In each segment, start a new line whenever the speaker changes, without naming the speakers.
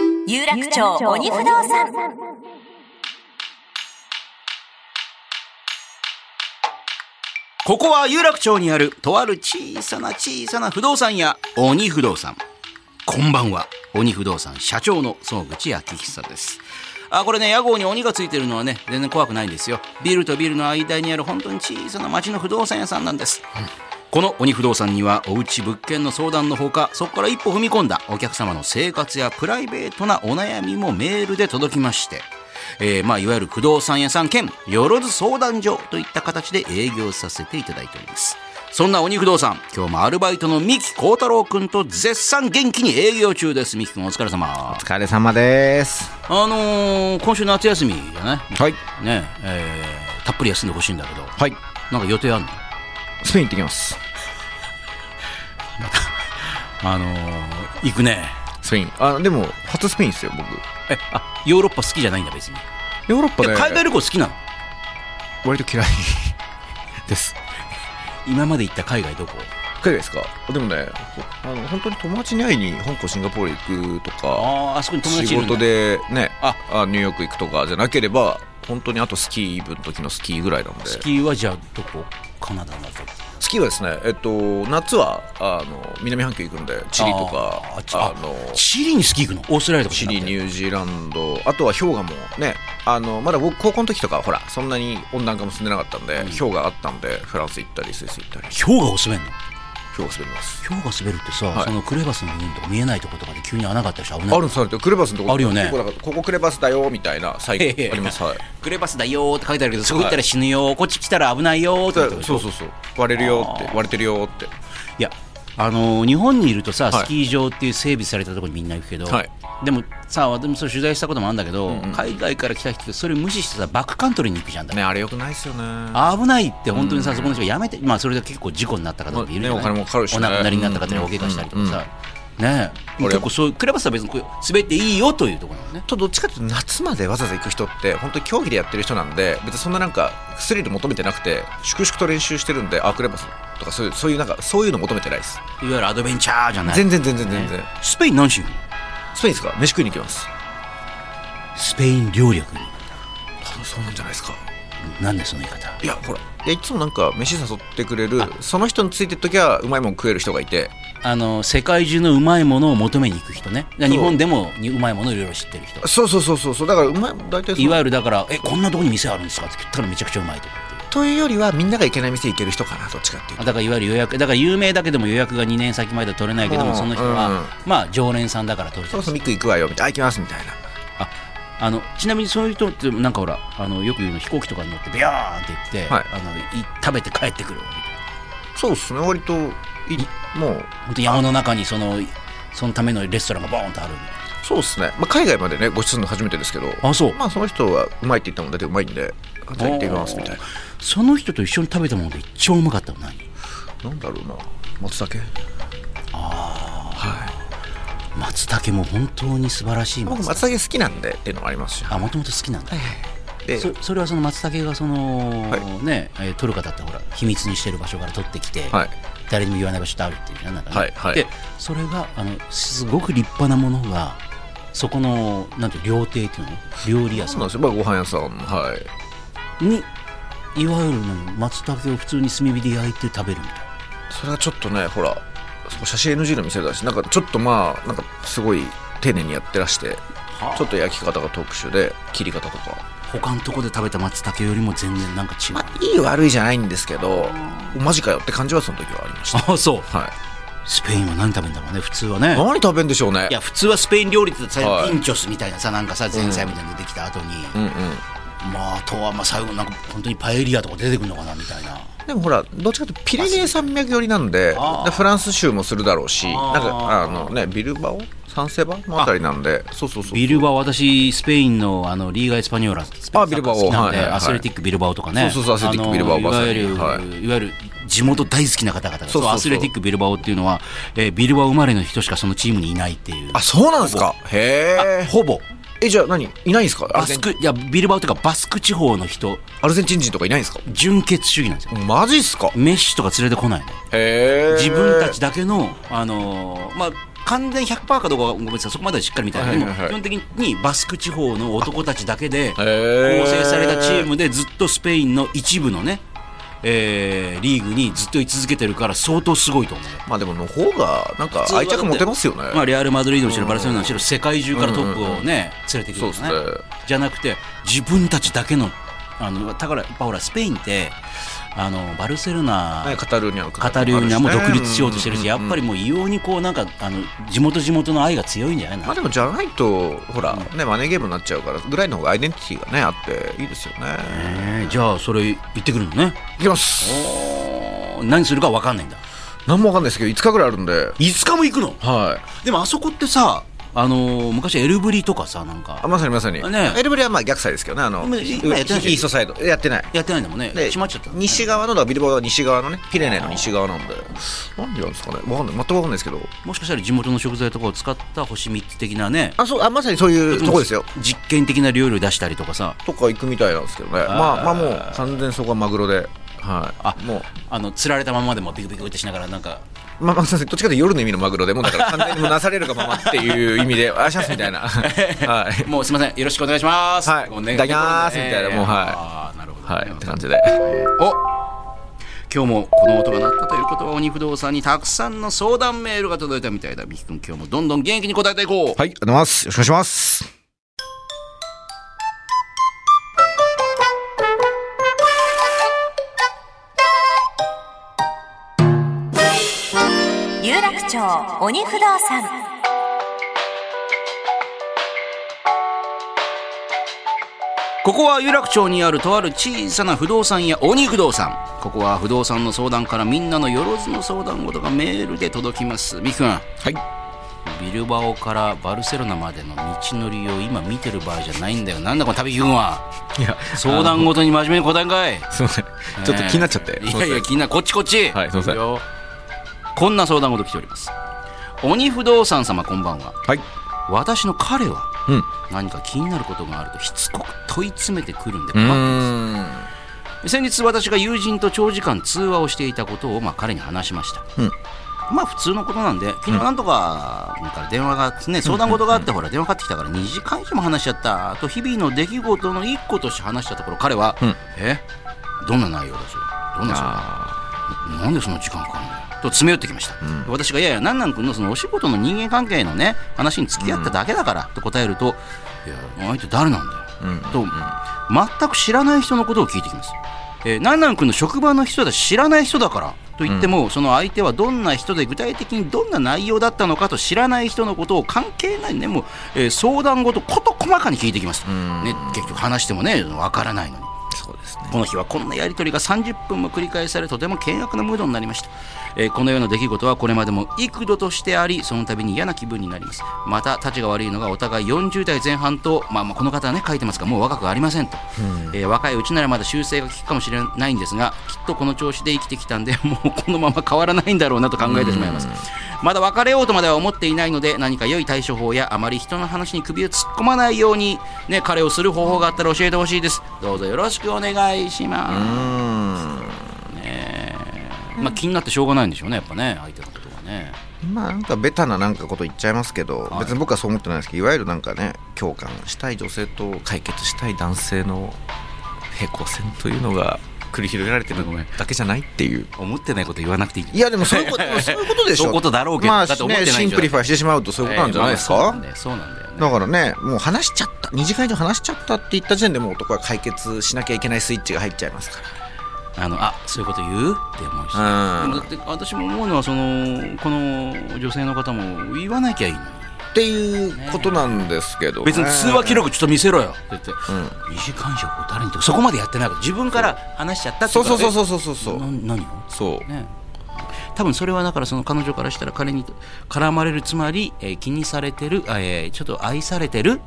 部長鬼不動産
ここは有楽町にあるとある小さな小さな不動産屋鬼不動産こんばんは鬼不動産社長の総口明久ですあこれね屋号に鬼がついてるのはね全然怖くないんですよビルとビルの間にある本当に小さな町の不動産屋さんなんです、この鬼不動産にはおうち物件の相談のほかそこから一歩踏み込んだお客様の生活やプライベートなお悩みもメールで届きまして、えーまあ、いわゆる不動産屋さん兼よろず相談所といった形で営業させていただいておりますそんな鬼不動産今日もアルバイトの三木幸太郎君と絶賛元気に営業中です三木君お疲れ様
お疲れ様です。
あのー今週夏休みだね
はい。
ねえーたっぷり休んでほしいんだけど
はい。
なんか予定あるの
スペイン行ってきます。
あのー行くね
スペイン。あ、でも、初スペインですよ、僕。
えあヨーロッパ好きじゃないんだ別に
ヨーロッパ
で
で
も海外旅行好きなの
割と嫌い です。
今まで行った海外どこ
海外ですかでもね、ほあの、本当に友達に会いに香港、シンガポール行くとか、
あああそこに友達
仕
いるんだ
事でね、
あ
あニューヨーク行くとかじゃなければ、本当にあとスキー部の時のスキーぐらいなので、
ス
スキ
キーはじゃあどこカナダだと
ーはですね、えっと、夏は、あの、南半球行くんで、チリとか
あーあっ、ち
あ
あ
の、
チリにスキー行くのオーストラリアとか
チリ、ニ
ュー
ュージーランド、あとは氷河もね、あのまだ僕、高校の時とか、ほら、そんなに温暖化も進んでなかったんで、氷河あったんで、フランス行ったり、スイス行ったり、
氷河を滑るの
氷河滑ります。
氷河滑るってさ、
はい
そのクレバスの部分とか見えないとことかで急に穴があったりして危ない
あるんです、あるんですクレバスのとこ
あるよね
ここだからここクレバスだよみたいなサイ
へへへ
トあります、はい。
クレバスだよーって書いてあるけどそこ行ったら死ぬよー、こっち来たら危ないよーって書いてあるでしょ
そうそうそう、割れるよって、割れてるよって、
いやあのー日本にいるとさ、
はい
スキー場っていう整備されたところにみんな行くけど、
はい
でもさ私もそれ取材したこともあるんだけど、海外から来た人ってそれ無視してさバックカントリーに行くじゃんだ、
ね、あれよくないですよね。あ
危ないって本当にさ、そこの人がやめて、まあ、それで結構事故になった方もいるじゃない
ねお金もかかるしね
お亡くなりになった方に大怪我したりとかさ、ねえ
俺
結構そういうクレバスは別にこう滑っていいよというところなのね
とどっちかというと夏までわざわざ行く人って本当に競技でやってる人なんで別にそんななんかスリル求めてなくて粛々と練習してるんであクレバスとかそういうそういうなんかそういうの求めてないです
いわゆるアドベンチャーじゃない
全然全然全然、
スペイン何しに
スペインですか飯食いに行きます
スペイン料理屋に
多分そうなんじゃないですか
なんでその言い方
いやほらいやいつもなんか飯誘ってくれるその人についてる時はうまいもん食える人がいて
あの世界中のうまいものを求めに行く人ねだから日本でもにうまいものをいろいろ知ってる人
そうそうそうそうそうだからうまい大体そ
いわ
の
ゆるだから「えこんなとこに店あるんですか?」って言ったらめちゃくちゃうまいとかっていう
というよりはみんなが行けない店行ける人かなどっちかっていう
あ
と
だからいわゆる予約だから有名だけども予約が2年先までは取れないけども
うん
その人
うん
はまあ常連さんだから取れて
そ
る
ろそろミック行くわよみたいなあ行きますみたいな
ああのちなみにそういう人ってなんかほらあのよく言うの飛行機とかに乗ってビャーンって言って、
はい
あのい食べて帰ってくるみたいな
そうですね割といもう
本当山の中にそのそのためのレストランがボーンとあるみたい
そうですね、まあ、海外までねご一緒するの初めてですけど
なあそう
まあその人はうまいって言ったもんだけうまいんであじゃあ行ってきますみたいな
その人と一緒に食べたもので一番うまかったのは何
なんだろうな松茸ああはい
松茸も本当に素晴らしい
僕
松茸
松茸好きなんでっていうのもありますし
あもともと好きなんだ、
で
そそれはその松茸がその、
は
ねえー取る方ってほら秘密にしてる場所から取ってきて、
はい
誰にも言わない場所ってあるっていうじゃんなんかね、
はいはい
でそれがあのすごく立派なものがそこのなんていう料亭っていうの料理屋
そ
さ
うんなんですよ、まあ、ご飯屋さんはい
にいわゆる何松茸を普通に炭火で焼いて食べるみたいな
それがちょっとねほらそこ写真 NG の店だしなんかちょっとまあなんかすごい丁寧にやってらしてちょっと焼き方が特殊で切り方とか
他のとこで食べた松茸よりも全然なんか違う、
まあいい悪いじゃないんですけどマジかよって感じはその時はありまし た
ああそう
はい
スペインは何食べるんだろうね普通はね
何食べんでしょうね
いや普通はスペイン料理って言ったらさ、
はい
ピンチョスみたいなさなんかさ前菜みたいなの出てきた後に、
うんうん
まああとはまあ最後なんか本当にパエリアとか出てくるのかなみたいな
でもほらどっちかというとピレネー山脈寄りなんで
あー
でフランス州もするだろうし
あー
なんかあのねビルバオサンセバのあたりなんでそうそうそう
ビルバオ私スペインのあのリーガ・エスパニョーラスペインサッカー
あビルバオ
好きなんで、
はいはいはい
アスレティック・ビルバオとかね
そうそうそうアスレティックビルバオ
あのいわゆる、、
はい
わゆる地元大好きな方々が
そうそうそう
アスレティック・ビルバオっていうのは、えービルバオ生まれの人しかそのチームにいないっていう
あそうなんですかへえ
ほぼ
えじゃあ何いないんですか
バ
アルゼ
ス
ン
クいやビルバオというかバスク地方の人
アルゼンチン人とかいないんですか
純血主義なんですよ
マジっすか
メッシとか連れてこないの
へえ
自分たちだけの、あのーまあ、完全100%かどうかはごめんなさいそこまではしっかり見たいけど、
はいはいは
でも
い
基本的にバスク地方の男たちだけで構
ー
成されたチームでずっとスペインの一部のね、えーリーグにずっと居続けてるから相当すごいと思う。
まあでもの方がなんか愛着持てますよね。
まあ、レアル・マドリードにしろバルセロナにしろ世界中からトップをね連れてく
そう
る
で
か
す
ら
ね
ね。じゃなくて自分たちだけのあのだからやっぱほらスペインってあのバルセロ
はい
ナ
カタルーニャの
カタルーニャも独立しようとしてるしやっぱ
り。
りもう異様にこうなんかあの地元地元の愛が強いんじゃないの
まあでもじゃないとほらねマネーゲームになっちゃうからぐらいの方がアイデンティティがねあっていいですよね。
えーじゃあそれ行ってくるのね
いきます。
おー何するか分かんないんだ
何もわかんないですけど5日ぐらいあるんで。
5日も行くの
はい。
でもあそこってさあのー昔エルブリとかさなん
あ
か
まさにまさに。
ね
エルブリはまあ逆サイですけどねあの
今やってないでしょ
イーストサイドやってない。
やってないんだもんね
で
閉まっちゃったのね
西側のだからビルバーは西側のねピレネーの西側なんでなんでなんですかねわかんない全くわかんないですけど
もしかしたら地元の食材とかを使った星3つ的なね
あそうあまさにそういうとこですよ
実験的な料理を出したりとかさ
とか行くみたいなんですけどねまあまあもう完全にそこはマグロではい
あ
もう
あの釣られたままでもビクビクってしながらなんか
まあまあ、すみません、どっちかというと夜の意味のマグロでもうだ から完全にもうなされるがままっていう意味 で、あシャスみたいな、はい、
もうすみませんよろしくお願いします
はい
こうね
いただきます
ね
みたいなもうはい
あーなるほど
はい、って感じで、
お今日もこの音が鳴ったということは鬼不動産にたくさんの相談メールが届いたみたいだみきくん今日もどんどん元気に答えていこう、
はい、ありがとうございます、よろしくお願いします。
有楽町鬼不動産
ここは有楽町にあるとある小さな不動産屋鬼不動産ここは不動産の相談からみんなのよろずの相談事がメールで届きますみきくん
はい、
ビルバオからバルセロナまでの道のりを今見てる場合じゃないんだよなんだこの旅君はい
や、
相談ごとに真面目に答えんかい
すみません、ちょっと気になっちゃって、
いやいや気になるこっちこっち
はいすいません
よこんな相談事来ております鬼不動産様こんばんは
はい、
私の彼は
うん、う
何か気になることがあるとしつこく問い詰めてくるんで困って
ーん、
先日私が友人と長時間通話をしていたことをまあ彼に話しました、
うん
まあ普通のことなんで昨日なんとかなんか電話があってね相談事があってほら電話かかってきたから2時間以上も話しちゃったと日々の出来事の1個として話したところ彼は「
うん
えどんな内容だそれどんな相談
あ
なんでそんな時間かかるのと詰め寄ってきました、私が「いやいやなんなん君のそのお仕事の人間関係のね話に付き合っただけだから」と答えると「いや相手誰なんだよ」
うん
と、全く知らない人のことを聞いてきます。えー、なんなん君の職場の人だし知らない人だからと言っても、その相手はどんな人で具体的にどんな内容だったのかと知らない人のことを関係ないねもう、えー相談ごと事細かに聞いてきます、
ん
ね、結局話してもねわからないのに
そうですね、
この日はこんなやり取りが30分も繰り返されとても険悪なムードになりました、えーこのような出来事はこれまでも幾度としてありその度に嫌な気分になりますまたたちが悪いのがお互い40代前半と、まあ、まあこの方はね書いてますがもう若くありませんと、えー若いうちならまだ修正が効くかもしれないんですがきっとこの調子で生きてきたんで もうこのまま変わらないんだろうなと考えてしまいますまだ別れようとまでは思っていないので何か良い対処法やあまり人の話に首を突っ込まないように、ね、彼をする方法があったら教えてほしいですどうぞよろしくお願いします、
うーん、
まあ、気になってしょうがないんでしょうねやっぱね相手のことがね
まあなんかベタななんかこと言っちゃいますけど、
はい
別に僕はそう思ってないですけど、いわゆるなんかね、共感したい女性と解決したい男性の平行線というのが繰り広げられてる
ごめん
だけじゃないっていう。
思ってないこと言わなくていいんじゃない
いやでもそういうことでも そういうことでし
そ
ょ
ういうことだろうけど
まあ
だって思ってないんでしょ
ね、シンプリファイしてしまうとそういうことなんじゃないですか、
えーまあまあそうなんだよねそうなんだよね
だからねもう話しちゃった2時間以上話しちゃったって言った時点でもう男は解決しなきゃいけないスイッチが入っちゃいますか
あのあそういうこと言うって思うし、
ら
で
う
もだ
んっ
って私も思うのはそのこの女性の方も言わなきゃいいのに
ていうことなんですけど、
別に通話記録ちょっと見せろよって言って、
うん、
2時間以上誰にとそこまでやってないから自分から話しちゃったって
そ
こ
う
と
そう
で
そうそうそうそうそう
な何を
そう
ね多分それはだからその彼女からしたら彼に絡まれるつまり、えー気にされてる、あえーちょっと愛されてる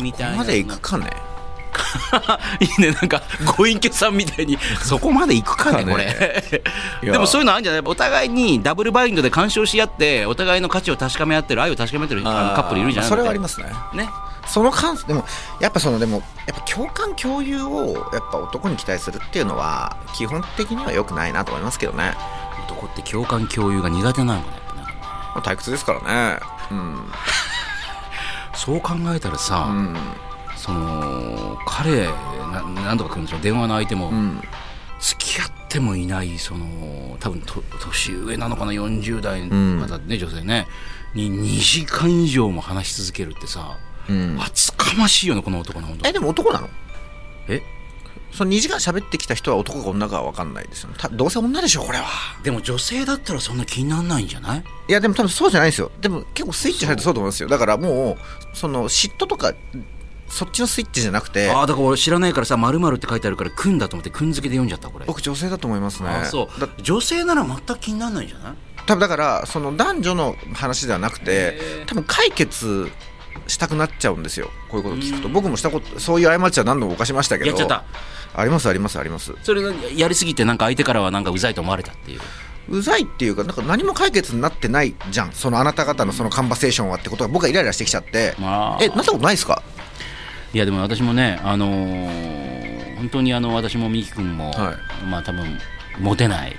みたいな
まで行くかね
いいねなんかご隠居さんみたいにそこまで行くかねこれ
いや
でもそういうのあるんじゃないお互いにダブルバインドで干渉し合ってお互いの価値を確かめ合ってる愛を確かめ合ってるあのカップルいるじゃない
それはあり
ま
ますね
すね
その感でもやっぱそのでもやっぱ共感共有をやっぱ男に期待するっていうのは基本的には良くないなと思いますけどね
男って共感共有が苦手なのかなやっぱなんかね
まあ退屈ですからねうん
そう考えたらさ、
うん
その彼ななんとか君の電話の相手も、
うん
付き合ってもいないその多分と年上なのかな40代の方ね、女性ねに2時間以上も話し続けるってさ、
うん
厚かましいよねこの男の本当
えでも男なの
え
その2時間喋ってきた人は男か女かは分かんないですよねたどうせ女でしょこれは
でも女性だったらそんな気にならないんじゃない
いやでも多分そうじゃないですよでも結構スイッチ入るとそうだと思うんですよだからもうその嫉妬とかそっちのスイッチじゃなくて
ああだから俺知らないからさ「まるって書いてあるから「くん」だと思って「くん」付けで読んじゃったこれ
僕女性だと思いますね
あそ
だ
う女性なら全く気にならないんじゃない
多分だからその男女の話ではなくて多分解決したくなっちゃうんですよこういうこと聞くと僕もしたことそういう過ちは何度も犯しましたけど
やっちゃった
ありますありますあります
それがやりすぎてなんか相手からはなんかうざいと思われたっていう
うざいっていうかなんか何も解決になってないじゃんそのあなた方のそのカンバセーションはってことが僕はイライラしてきちゃって
まあ
えなったことないですか
いやでも私もね、あのー本当にあの私も三木君も、
は
まあ多分モテない、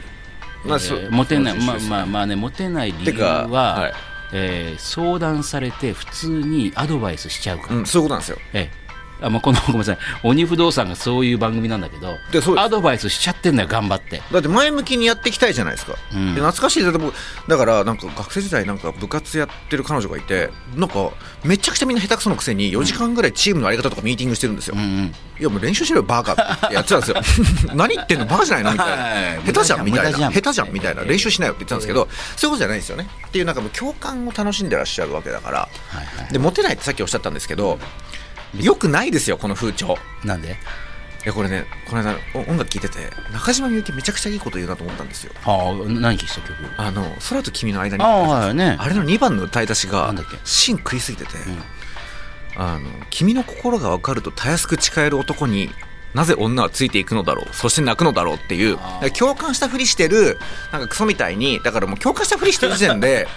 まあ
えー
そう
モテない、
そう
ま
で
あ
す
まあまあねモテない理由
てか
は、
はい
えー相談されて普通にアドバイスしちゃうから、
うん、そういうことなんですよ
ええあまあこのご めんなさい鬼不動産がそういう番組なんだけど
でそうです
アドバイスしちゃってんだよ頑張って
だって前向きにやっていきたいじゃないですか、
うん
で懐かしいだって僕だからなんか学生時代なんか部活やってる彼女がいてなんかめちゃくちゃみんな下手くそのくせに4時間ぐらいチームのあり方とかミーティングしてるんですよ、
うんうん
いやもう練習しろよバカってやってたんですよ 何言ってんのバカじゃないのみたい
はい
な下手じゃんみた
無
い
駄じゃ
なん下手じゃんみたいな練習しないよって言ってたんですけど
え
そういうことじゃないんですよねっていうなんかもう共感を楽しんでらっしゃるわけだから
はいは
でモテないってさっきおっしゃったんですけどよくないですよこの風潮
いなんで
いやこれねこの間お音楽聴いてて中島みゆきめちゃくちゃいいこと言うなと思ったんですよ
ああ何聞いてた曲
あの空と君の間に
ああはいね
あれの2番の歌い出し
な
が
んだっけ
芯食いすぎてて、あの「君の心が分かるとたやすく誓える男になぜ女はついていくのだろうそして泣くのだろう」っていう
あー
だから共感したふりしてるなんかクソみたいにだからもう共感したふりしてる時点で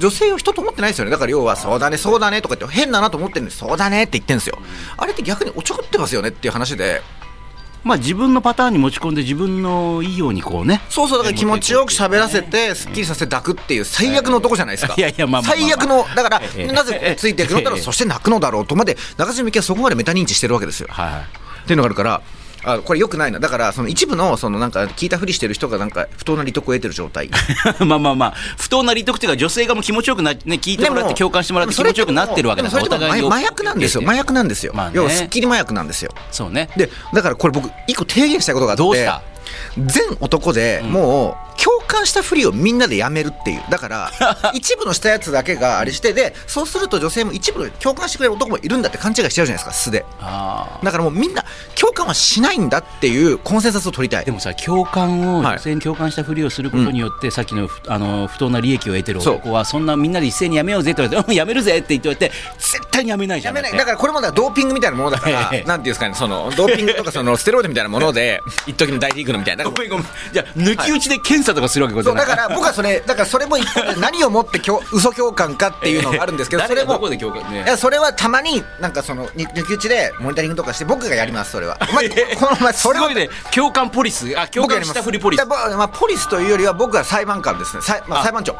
女性を人と思ってないですよねだから要は「そうだねそうだね」とか言って変だなと思ってるんで「そうだね」って言ってるんですよあれって逆におちょくってますよねっていう話で
まあ自分のパターンに持ち込んで自分のいいようにこうね
そうそうだから気持ちよく喋らせてすっきりさせて抱くっていう最悪の男じゃないですか
いやいやまあまあまあ
最悪のだから
ええ
なぜついていくのだろ
え
う
え
そして泣くのだろうとまで中島みゆきはそこまでメタ認知してるわけですよ
はいはい
っていうのがあるから。あこれよくないなだからその一部のそのなんか聞いたふりしてる人がなんか不当な利得を得てる状 態
まあまあまあ、不当な利得というか、女性がもう気持ちよくなっ、ね、聞いてもらって、共感してもらって、気持ちよくなってるわけだから、
でもそれってもう麻薬なんですよ麻薬なんですよ、
まあね
要はすっきり麻薬なんですよ
そうね。
でだからこれ僕一個提言したいことがあって
どうした
全男でもう共感したふりをみんなでやめるっていうだから 一部のしたやつだけがあれしてでそうすると女性も一部の共感してくれる男もいるんだって勘違いしちゃうじゃないですか素で
あ
だからもうみんな共感はしないんだっていうコンセンサスを取りたい
ーでもさ、共感を、
はい
女性に共感したふりをすることによって、さっきのふあの不当な利益を得てる男は、そんなみんなで一斉にやめようぜって言われて、うんやめるぜって言って言われて、絶対にやめないじゃ
や
ん。
めない
だ
だ
って
からこれもだからドーピングみたいなものだから
ええ
なんていうんですかねそのドーピングとかそのステロイドみたいなも ので一時の大リーグのみたいなだから
ごめんごめん。じゃあ、抜き打ちで検査とかするわけこと
そう
じゃ
だか
ない。
ら僕はそれだからそれも一個で何をもってきょ嘘共感かっていうのがあるんですけどそ
誰が
れも
どこで共感ね
いやそれはたまになんかそのに抜き打ちでモニタリングとかして僕がやりますそ れはお前この前
す
それは
ごいね、共感ポリス、あ、共
僕や
感
りま
し
す
たふりポリス
だ。からまあポリスというよりは僕は裁判官ですね裁,、まあ、裁判長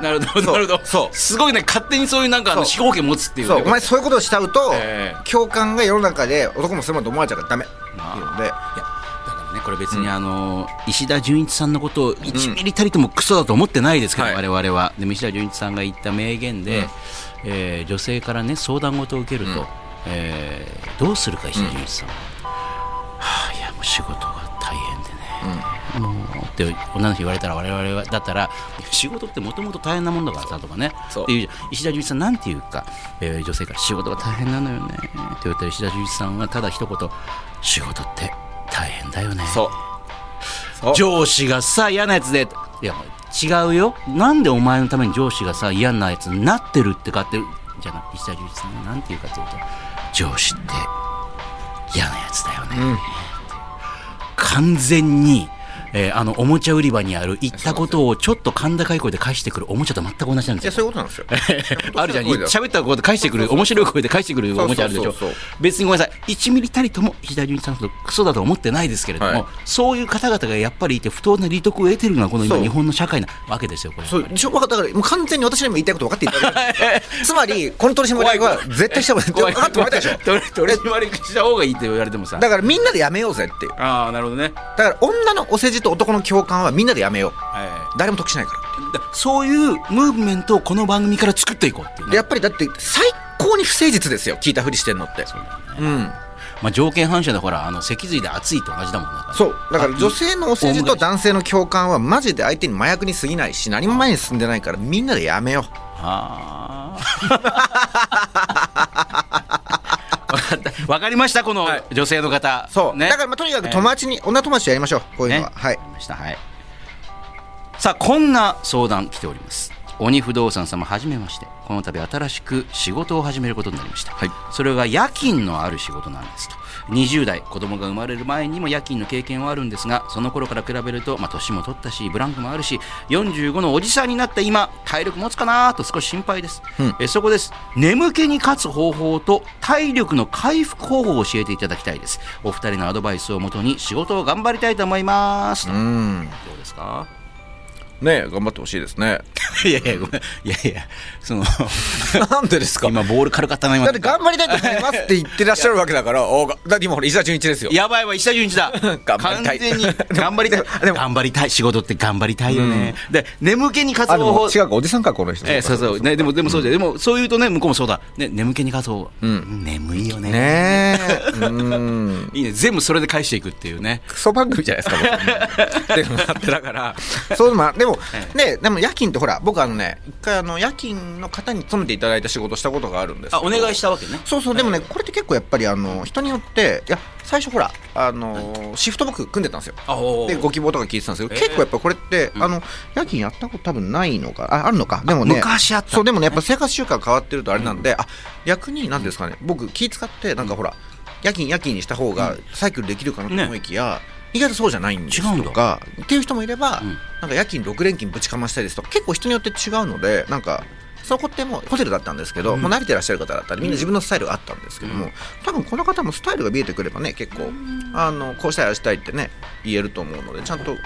なるほど、
そう
なるほど。
そう
すごいね、勝手にそういうなんか、あの
そう
飛行機持つっていうね。
そうお前そういうことをしちゃうと、
ええ
共感が世の中で男もそれもと思われちゃうからダメっていうので
いやだからねこれ別にあの、石田純一さんのことを1ミリたりともクソだと思ってないですけど、
はい
我々はでも石田純一さんが言った名言で、えー女性からね相談事を受けると、えーどうするか石田純一さんは、はあいやもう仕事が大変でね、もうって女の人言われたら我々はだったら仕事ってもともと大変なもんだからさとかね
そう
っていうじゃん石田純一さんなんていうか、えー女性から仕事が大変なのよねって言ったら石田純一さんはただ一言仕事って大変だよね
そうそう
上司がさ嫌なやつでいや違うよなんでお前のために上司がさ嫌なやつになってるってかってじゃない石田純一さんがなんていうかというと上司って嫌なやつだよね、完全にえーあのおもちゃ売り場にある行ったことをちょっと甲高い声で返してくるおもちゃと全く同じなん
い
で
や
す
そ
よ。
ういうことなんですよ
あるじゃん
そういうことです
喋った声で返してくる面白い声で返してくるおもちゃあるでしょ
そうそうそうそ
別にごめんなさい1ミリたりとも石田純一さんのことクソだと思ってないですけれども、
はい
そういう方々がやっぱりいて不当な利得を得てるのがこの今
そう
日本の社会なわけですよこれ
そうちょ分かっただからもう完全に私にも言いたいこと分かっていただけたじゃない ですかつまりこの取締りは絶対した方がいい分かってもらいたいでしょ
取り締まりした方がいいって言われてもさ
だからみんなでやめようぜっていう
ああなるほどね、
だから女のお世辞と男の共感はみんなでやめよう
は
誰も得しないから
い、だそういうムーブメントをこの番組から作っていこうっていうね
でやっぱりだって最高に不誠実ですよ聞いたふりしてんのってうん
まあ、条件反射だからあの脊髄で熱いと同じだもんな
そうだから女性のお世辞と男性の共感はマジで相手に麻薬に過ぎないし何も前に進んでないからみんなでやめよう
ああわかったわかりましたこの女性の方、
そう、
ね
だからまあとにかく友達に、女友達とやりましょうこういうのは、
ね
はい
ましたはいさあこんな相談来ております鬼不動産様はじめましてこの度新しく仕事を始めることになりました、
はい
それが夜勤のある仕事なんですと20代子供が生まれる前にも夜勤の経験はあるんですがその頃から比べると、まあ、年も取ったしブランクもあるし45のおじさんになった今体力持つかなと少し心配です、
うん
えそこです眠気に勝つ方法と体力の回復方法を教えていただきたいですお二人のアドバイスをもとに仕事を頑張りたいと思いますと
うん
どうですか
ね頑張ってほ しいですね
いやいやごめんいやいやそ の
なんでです
今ボール軽かったな今
だって頑張りたいと思いますって言ってらっしゃるわけだ からおがだって今ほら石田純一ですよ
やばいわ石田純一だ
頑張りた
完
い
全に頑張りたい
でも
頑張りたい仕事って頑張りたいよね、で眠気に活
あ
動
の
法
違うかおじさんかこの人
ええそうそうね、でもでもそうじゃん、でもそう言うとね向こうもそうだ、ね、眠気に活動、
ん
眠いよね
ねえうん
いいね全部それで返していくっていうね
クソ番組じゃないです か、僕 でもだってだから、 そうまあでも、ね、でも夜勤ってほら、僕あのね、一回あの夜勤の方に勤めていただいた仕事したことがあるんですけ
あ
ど
お願いしたわけね
そうそう、でもね、これって結構やっぱりあの人によって、いや、最初ほら、あのシフト僕組んでたんですよ。
あお
でご希望とか聞いてたんですけど、
えー
結構やっぱこれって、あの夜勤やったこと多分ないのかああるのかでもね
昔あった
そうでもねやっぱ生活習慣変わってるとあれなんで、あ逆に何ですかね僕気使ってなんかほら夜勤夜勤にした方がサイクルできるかなと思いきや、意外とそうじゃないんです
違うんだ
とかっていう人もいれば、
うん
なんか夜勤6連勤ぶちかましたりですとか結構人によって違うのでなんかそこってもうホテルだったんですけど、もう慣れてらっしゃる方だったりみんな自分のスタイルがあったんですけども、多分この方もスタイルが見えてくればね結構あのこうしたいああしたいってね言えると思うのでちゃんと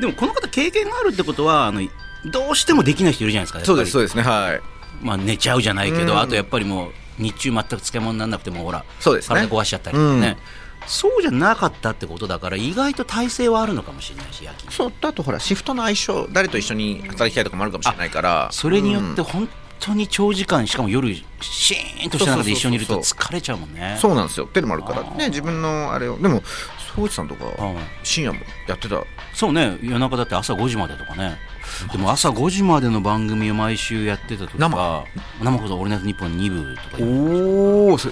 でもこの方経験があるってことはあのどうしてもできない人いるじゃないですかやっぱり
そうですねはい
まあ、寝ちゃうじゃないけど、
うん
あとやっぱりもう日中全く漬物にならなくてもほら
そうですね
体壊しちゃったりとかね、そうじゃなかったってことだから意外と体勢はあるのかもしれないし夜勤
そうあとほらシフトの相性誰と一緒に働きたいとかもあるかもしれないから
それによって
うん
本当に長時間しかも夜シーンとした中で一緒にいると
そうそうそう
疲れちゃうもんね
そううなんですよっていうのもあるからね自分のあれをでも庄司さんとか
ん
深夜もやってた
そうね夜中だって朝5時までとかねでも朝5時までの番組を毎週やってたとか
生
生こそ「オールナイトニッポン」2部とか
おおす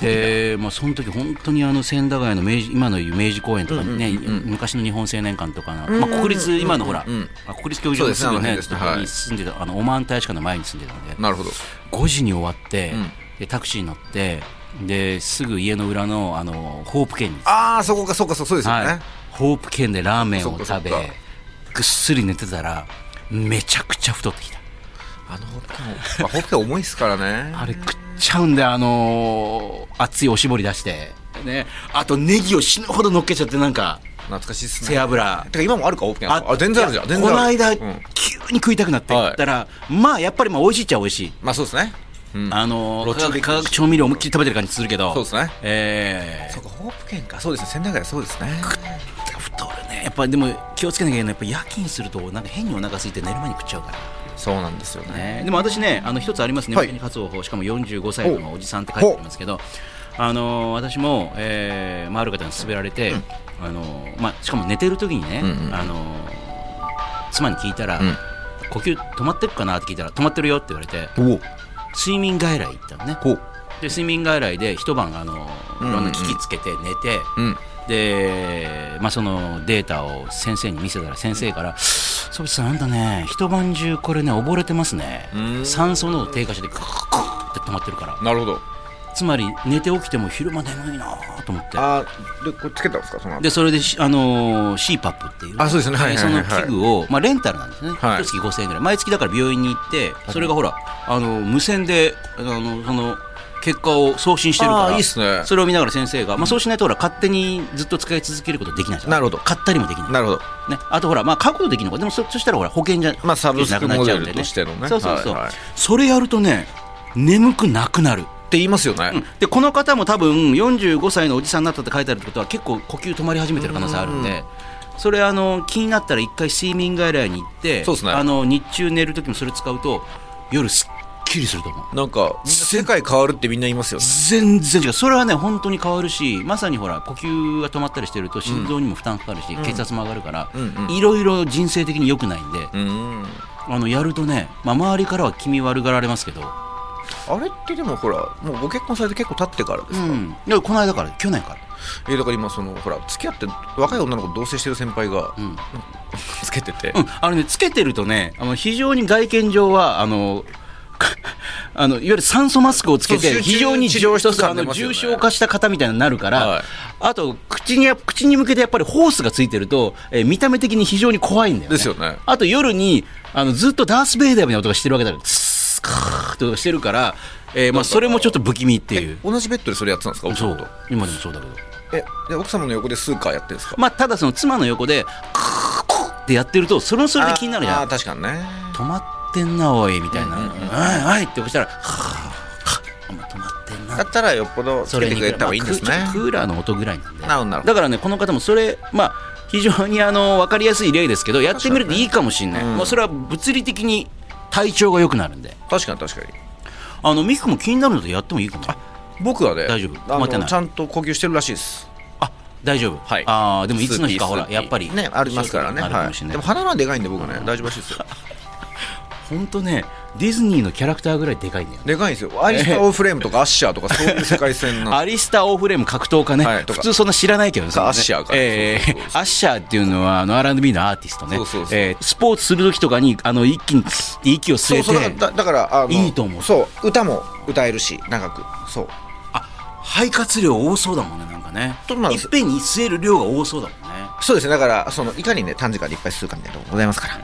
で、まあ、その時本当にあの千駄ヶ谷の明治今のいう明治公園とかね、
うんうんうん
昔の日本青年館とかの、
ん
まあ、国立今のほら、
うんうん
あ国立競技場のす
そ
ぐ
うです
ねと
ねあの辺ですね
ころ
はい
に住んでた、あのオマーン大使館の前に住んでたので
なるほど
5時に終わって、
うん
でタクシーに乗ってですぐ家の裏のあのホープ県に、
ああそこかそうかそうそうですよね、
はいホープ県でラーメン
そっ
を
かそっ
食
か
べぐっすり寝てたらめちゃくちゃ太ってきた
あのホッケも、まあ、ホッケ重いですからね
あれ食っちゃうんであのー熱いおしぼり出してねあとネギを死ぬほど乗っけちゃってなんか。
懐かしいっすね
背脂
てか今もあるかホッケああ全然あるじゃん
い
全
や
然
この
ある
間、
うん
急に食いたくなって行ったら、まあやっぱりまあ美味しいっちゃ美味しい、
まあそうですねうん
あのー
路
化
中で
学化学調味料思いっきり食べてる感じするけど
そうですね
え
そうかホープ県かそうですね仙台街はそうですね
ー、太るねやっぱでも気をつけなきゃいけないやっぱ夜勤するとなんか変にお腹空いて寝る前に食っちゃうから
そうなんですよね
ね、でも私ね、あの一つありますね、
はい
本当に活動法、しかも45歳のおじさんって書いてありますけど、あのー私も、えーまあ、ある方に勧められて、あのーまあ、しかも寝てる時にね、
うんうん
あのー妻に聞いたら、
うん
呼吸止まってるかなって聞いたら、止まってるよって言われて、
お
睡眠外来行ったのね。
お
で睡眠外来で一晩あのーいろんな機器つけて寝て、
うん
で、まあ、そのデータを先生に見せたら先生から「ソビさんあんたね一晩中これね溺れてますね
うん
酸素濃度低下してグーグーグーって止まってるから
なるほど
つまり寝て起きても昼間眠いなと思って
あーでこれつけたんですかその後
でそれでし、あのー、CPAP っていうね、
あそうですねはいはいはいはい
その器具を、まあ、レンタルなんですね、
はい
月5000円ぐらい毎月だから病院に行ってそれがほら、あのー無線で、あのーその結果を送信してるか
あ
ら
ーいいっすね
それを見ながら先生が、まあ、そうしないとほら勝手にずっと使い続けることできないじゃん
なるほど
買ったりもできない
なるほど
ね、あとほら、まあ、買うことできるのかでもそそしたらほら保険じゃ
まあサブスクモデルとしてのね
そうそうそう、
はいはい
それやるとね眠くなくなる
って言いますよね、
うんでこの方も多分45歳のおじさんになったって書いてあるってことは結構呼吸止まり始めてる可能性あるんで。それあの気になったら一回睡眠外来に行って
そうっすね
あの日中寝るときもそれ使うと夜すっきりすると思う
なんかみんな世界変わるってみんな言いますよね
全然違うそれはね本当に変わるしまさにほら呼吸が止まったりしてると心臓にも負担かかるし、血圧も上がるから
うんうん
いろいろ人生的に良くないんで、
うん
あのやるとね、まあ、周りからは気味悪がられますけど、
あれってでもほらもうご結婚されて結構経ってからですか、
うん、いやこの間から去年から、
えだから今そのほら付き合って若い女の子と同棲してる先輩が、
ん
つけてて、
うん、あのねつけてるとねあの非常に外見上はあの かあのいわゆる酸素マスクをつけ
そ
て
う
非常に
集中治療室
あ
感出
の
ますよ
重
ね
症化した方みたいになるから、
はい
あと口に口に向けてやっぱりホースがついてると、えー見た目的に非常に怖いんだよね。
ですよね
あと夜にあのずっとダース・ベイダーみたいな音がしてるわけだからツーカーって音がしてるから、えーまあ、それもちょっと不気味っていう。
同じベッドでそれやってたんですか奥
そ
さんと
う今でもそうだけど
えで奥様の横でスーカーやってるんですか、
まあ、ただその妻の横で、クークーってやってると、それもそれで気になるじゃ
あー
ん。
確かにね
止まってんな、おい、みたいな。はい、はいって押したら、はぁ、はぁお前止まってん
だ
な。
ったらよっぽどつけてくれた方がいいんですね
まあクーちょっとクーラーの音ぐらいなんで。
なるほどなるほど
だからね、この方もそれ、まあ、非常にあの、わかりやすい例ですけど、やってみるといいかもしれない。もうそれは物理的に体調が良くなるんで。
確かに確かに
あの、ミクも気になるのでやってもいいかも。
僕はね
大丈夫
あ
止まってな
の
い
ちゃんと呼吸してるらしいです
あ、大丈夫。
はい
ああ、でもいつの日か
スー
ほ
ピー
ら、やっぱり。
ねありますからね
あるかもしれな
はい、
い
でも鼻のでかいんで僕ね大丈夫らしいです よ
本当ねディズニーのキャラクターぐらいでかいんだよね
でかいんですよアイスター・オーフレームとかアッシャーとかそういう世界 線の
アリスター・オーフレーム格闘家ね、
はいと
普
か
通そんな知らないけどね、そのね
アッシャーか
ええ
そうそうそう
アッシャーっていうのはあの R&B のアーティストね、
そうそうそう
ええスポーツする時とかにあの一気にツッって息を吸え
そう
て、
そうだからだだからあの
いいと思う
そう歌も歌えるし長くそう
あ肺活量多そうだもんね、なんかね
そうなん
い
で
っ
す
ぺんに吸える量が多そうだもんね、
そうですねだからそのいかにね短時間でいっぱい吸うかみたいなとこございますから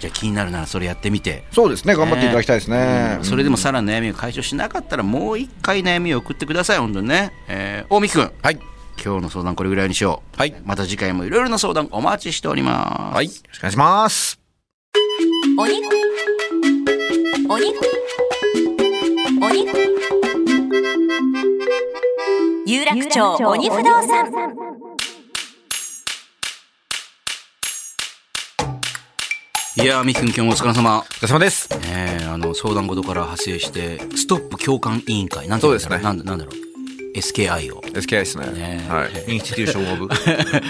じゃあ気になるならそれやってみて、
そうですね頑張っていただきたいですね
うんそれでもさらに悩みを解消しなかったら、もう一回悩みを送ってください、本当にね、ええ大見君。
はい
今日の相談これぐらいにしよう。
はい
また次回もいろいろな相談お待ちしております。
はいよろしくお願いします
お肉お肉お肉有楽町鬼不動産
いやー、みきくん今日もお疲れ様。
お疲れ様です
ねえあの、相談事から派生して、ストップ共感委員会。なんて言んだろ
そうですね
なんだなんだろう。SKI を。
SKI ですね
ね
はいインスティテューション・オ ブ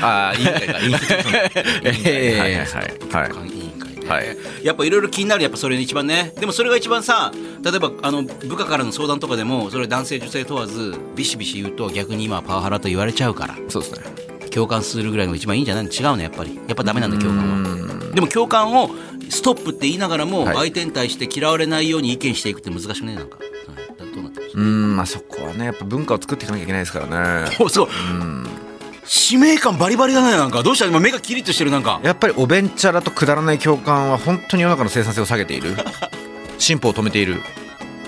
ああいいかインスティテューション
ええ
はいはいはいはい
共感委員会ね。
はい
やっぱいろいろ気になる、やっぱそれが一番ね。でもそれが一番さ、例えば、あの、部下からの相談とかでも、それ男性女性問わず、ビシビシ言うと逆に今はパワハラと言われちゃうから。
そうですね
共感するぐらいのが一番いいんじゃないの違うねやっぱりやっぱダメなんだ共感はでも共感をストップって言いながらも
はい
相手に対して嫌われないように意見していくって難しくねなんかうんどうなってます
うーんまあそこはねやっぱ文化を作っていかなきゃいけないですからね
おそう使命感バリバリだねなんかどうした今目がキリッとしてるなんか
やっぱりおべんちゃらとくだらない共感は本当に世の中の生産性を下げ ている進歩を止めている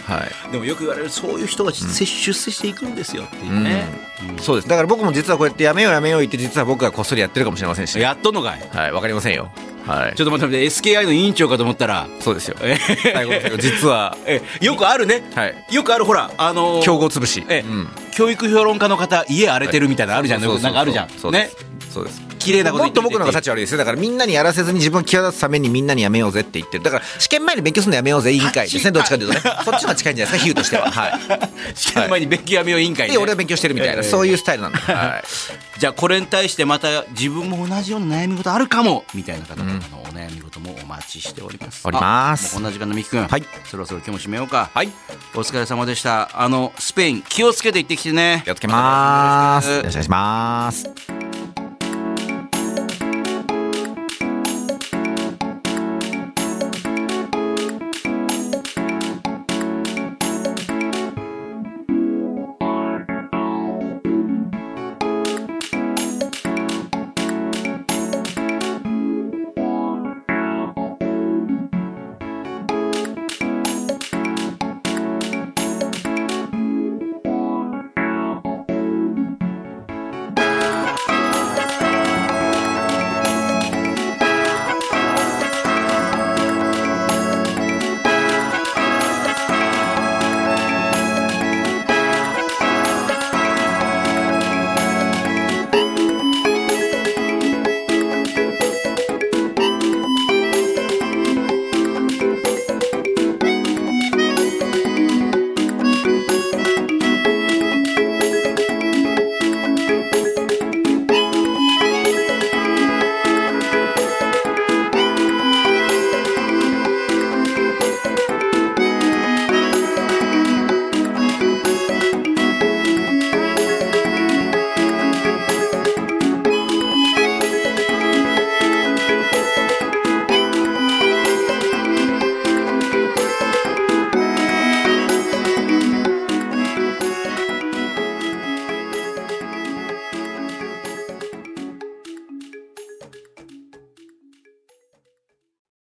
はい
でもよく言われるそういう人が出世出世していくんですよっていうね
そうですだから僕も実はこうやってやめようやめよう言って実は僕がこっそりやってるかもしれませんし
やっとんのかい
はいわかりませんよはい
ちょっと待って待って SKI の委員長かと思ったら
そうですよ
え
最後の最後実は
えよくあるね
はい
よくあるほらあのー
競合潰し
え
うん
教育評論家の方家荒れてるみたいなのあるじゃん
そうそうそう
なんかあるじゃ
そ
ん
うで
ね
すそうです
綺麗なこと
も
言
ってと
る
僕の方が幸悪いですよだからみんなにやらせずに自分を際立つためにみんなにやめようぜって言ってるだから試験前に勉強するのやめようぜ委員会ですねどっちかというとねそっちの方が近いんじゃないですか比喩としてははい
試 験前に勉強やめよう委員会で
で俺は勉強してるみたいな
ええ
そういうスタイルなんではい
じゃあこれに対してまた自分も同じような悩み事あるかもみたいな方々のお悩み事もお待ちしております
おります
あもうこんな時間のみきくん
はい
そろそろ今日も締めようか
はい
お疲れ様でしたあのスペイン気をつけて行ってきてね
気をつけますよろしくお願いします